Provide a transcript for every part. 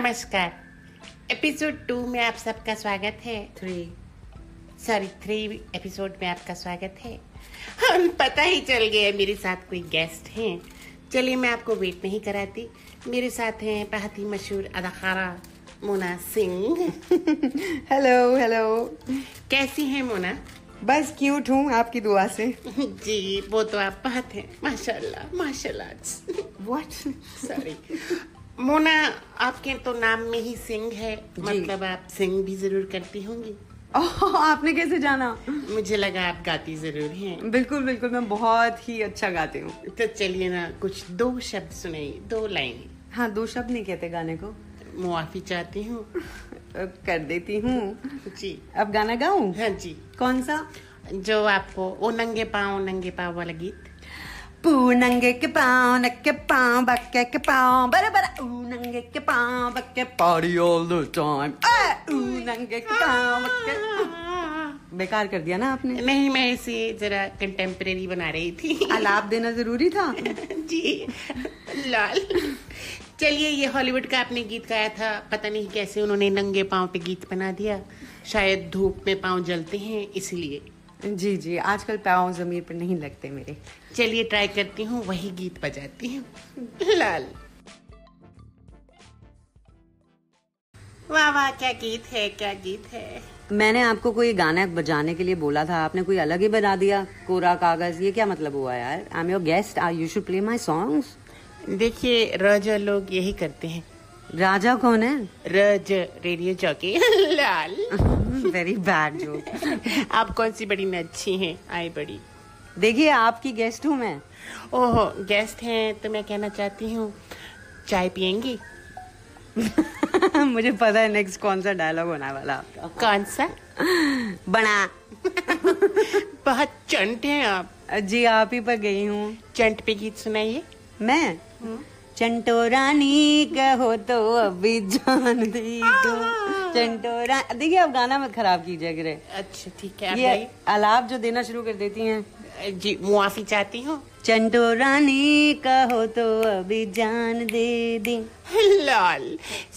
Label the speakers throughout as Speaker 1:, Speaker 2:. Speaker 1: नमस्कार episode two में आप सबका स्वागत है
Speaker 2: थ्री
Speaker 1: सॉरी थ्री एपिसोड में आपका स्वागत है हम पता ही चल गया मेरे साथ कोई गेस्ट हैं चलिए मैं आपको वेट नहीं कराती मेरे साथ हैं बहुत ही मशहूर अदाकारा मोना सिंह
Speaker 2: हेलो हेलो
Speaker 1: कैसी हैं मोना
Speaker 2: बस क्यूट हूँ आपकी दुआ से
Speaker 1: जी वो तो आप बहुत हैं माशाल्लाह माशाल्लाह
Speaker 2: व्हाट
Speaker 1: सॉरी मोना आपके तो नाम में ही सिंह है मतलब आप सिंग भी जरूर करती होंगी
Speaker 2: ओह आपने कैसे जाना
Speaker 1: मुझे लगा आप गाती जरूर हैं
Speaker 2: बिल्कुल बिल्कुल मैं बहुत ही अच्छा गाती हूँ
Speaker 1: तो चलिए ना कुछ दो शब्द सुनाइए दो लाइनें
Speaker 2: हाँ दो शब्द नहीं कहते गाने को
Speaker 1: मुआफी चाहती हूँ
Speaker 2: अब कर देती हूँ
Speaker 1: जी
Speaker 2: अब गाना गाऊं
Speaker 1: हाँ जी
Speaker 2: कौन सा
Speaker 1: जो आपको वो नंगे पाँव नंगे पाँव वाला गीत
Speaker 2: पूनंगे के पाँव नक्के पाँव बक्के के पाँव बरे बरे ऊनंगे के पाँव बक्के पार्टी ऑल द टाइम ऊनंगे के पाँव बक्के बेकार कर दिया ना आपने
Speaker 1: नहीं मैं इसे जरा कंटेम्प्रेरी बना रही थी
Speaker 2: अलाप देना जरूरी था
Speaker 1: जी लाल चलिए ये हॉलीवुड का आपने गीत गाया था पता नहीं कैसे उन्होंने नंगे पाँव पे गीत बना दिया शायद धूप में पाँव जलते हैं इसलिए
Speaker 2: जी जी आजकल पाँव जमीन पर नहीं लगते मेरे
Speaker 1: चलिए ट्राई करती हूँ वही गीत बजाती हूँ लाल वाह वाह क्या गीत है क्या गीत है
Speaker 2: मैंने आपको कोई गाना बजाने के लिए बोला था आपने कोई अलग ही बना दिया कोरा कागज ये क्या मतलब हुआ यार I am your guest I you should play my songs
Speaker 1: देखिए रज लोग यही करते हैं
Speaker 2: राजा कौन है
Speaker 1: रज रेडियो चौकी लाल
Speaker 2: वेरी बैड जो
Speaker 1: आप कौन सी बड़ी अच्छी हैं आई बड़ी
Speaker 2: देखिए आपकी गेस्ट हूँ मैं
Speaker 1: ओहो गेस्ट हैं तो मैं कहना चाहती हूँ चाय पियेंगी
Speaker 2: मुझे पता है नेक्स्ट कौन सा डायलॉग होने वाला आपका
Speaker 1: कौन सा
Speaker 2: बना
Speaker 1: बहुत चंट हैं आप
Speaker 2: जी आप ही पर गई हूँ
Speaker 1: चंट पे गीत सुनाइए
Speaker 2: मैं चंटो रानी कहो तो अभी जान दी दो चंटो रा- देखिए आप गाना मत खराब कीजिए गिरे
Speaker 1: अच्छा ठीक है आप
Speaker 2: ये अलाप जो देना शुरू कर देती हैं
Speaker 1: गाइए। जी मुआफी चाहती हूँ
Speaker 2: चंटो रानी कहो तो अभी जान दे दी
Speaker 1: लाल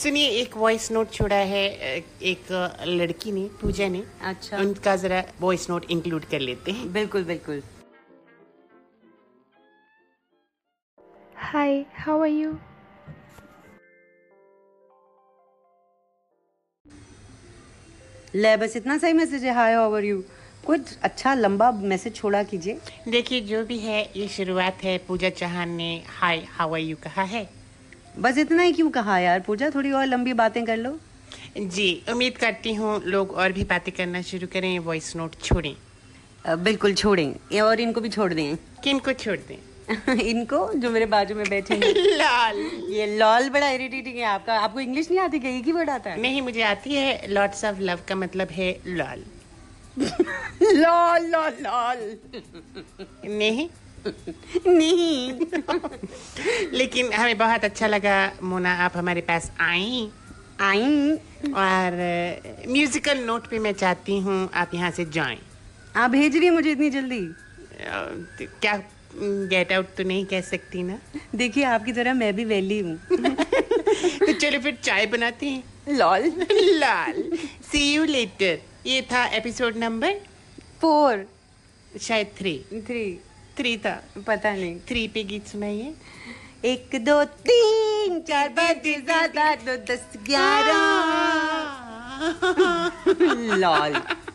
Speaker 1: सुनिए एक वॉइस नोट छोड़ा है एक लड़की ने पूजा ने
Speaker 2: अच्छा
Speaker 1: उनका जरा वॉइस नोट इंक्लूड कर लेते हैं
Speaker 2: बिल्कुल बिल्कुल
Speaker 3: Hi, how are you?
Speaker 2: ले बस इतना सही मैसेज है हाय हाउ आर यू कुछ अच्छा लंबा मैसेज छोड़ा कीजिए
Speaker 1: देखिए जो भी है ये शुरुआत है पूजा चौहान ने हाय हाउ आर यू कहा है
Speaker 2: बस इतना ही क्यों कहा यार पूजा थोड़ी और लंबी बातें कर लो
Speaker 1: जी उम्मीद करती हूँ लोग और भी बातें करना शुरू करें वॉइस नोट छोड़ें
Speaker 2: अ, बिल्कुल छोड़ें और इनको भी छोड़ दें
Speaker 1: किन को छोड़ दें
Speaker 2: इनको जो मेरे बाजू में बैठे हैं
Speaker 1: लाल
Speaker 2: ये लॉल बड़ा इरिटेटिंग है आपका आपको इंग्लिश नहीं आती क्या एक ही वर्ड आता है
Speaker 1: नहीं मुझे आती है लॉट्स ऑफ लव का मतलब है लाल
Speaker 2: लॉल लॉल लॉल
Speaker 1: नहीं
Speaker 2: नहीं
Speaker 1: लेकिन हमें बहुत अच्छा लगा मोना आप हमारे पास आई
Speaker 2: आई
Speaker 1: और uh, म्यूजिकल नोट पे मैं चाहती हूँ आप यहाँ से जाएं
Speaker 2: आप भेज रही हैं मुझे इतनी जल्दी
Speaker 1: अ, तो क्या गेट आउट तो नहीं कह सकती ना
Speaker 2: देखिए आपकी तरह मैं भी वैली हूँ
Speaker 1: तो चलो फिर चाय बनाते हैं
Speaker 2: लॉल
Speaker 1: लाल सी यू लेटर ये था एपिसोड नंबर
Speaker 2: फोर
Speaker 1: शायद थ्री
Speaker 2: थ्री
Speaker 1: थ्री था
Speaker 2: पता नहीं
Speaker 1: थ्री पे गीत सुनाइए
Speaker 2: एक दो तीन चार पाँच छः, सात आठ नौ दस ग्यारह लॉल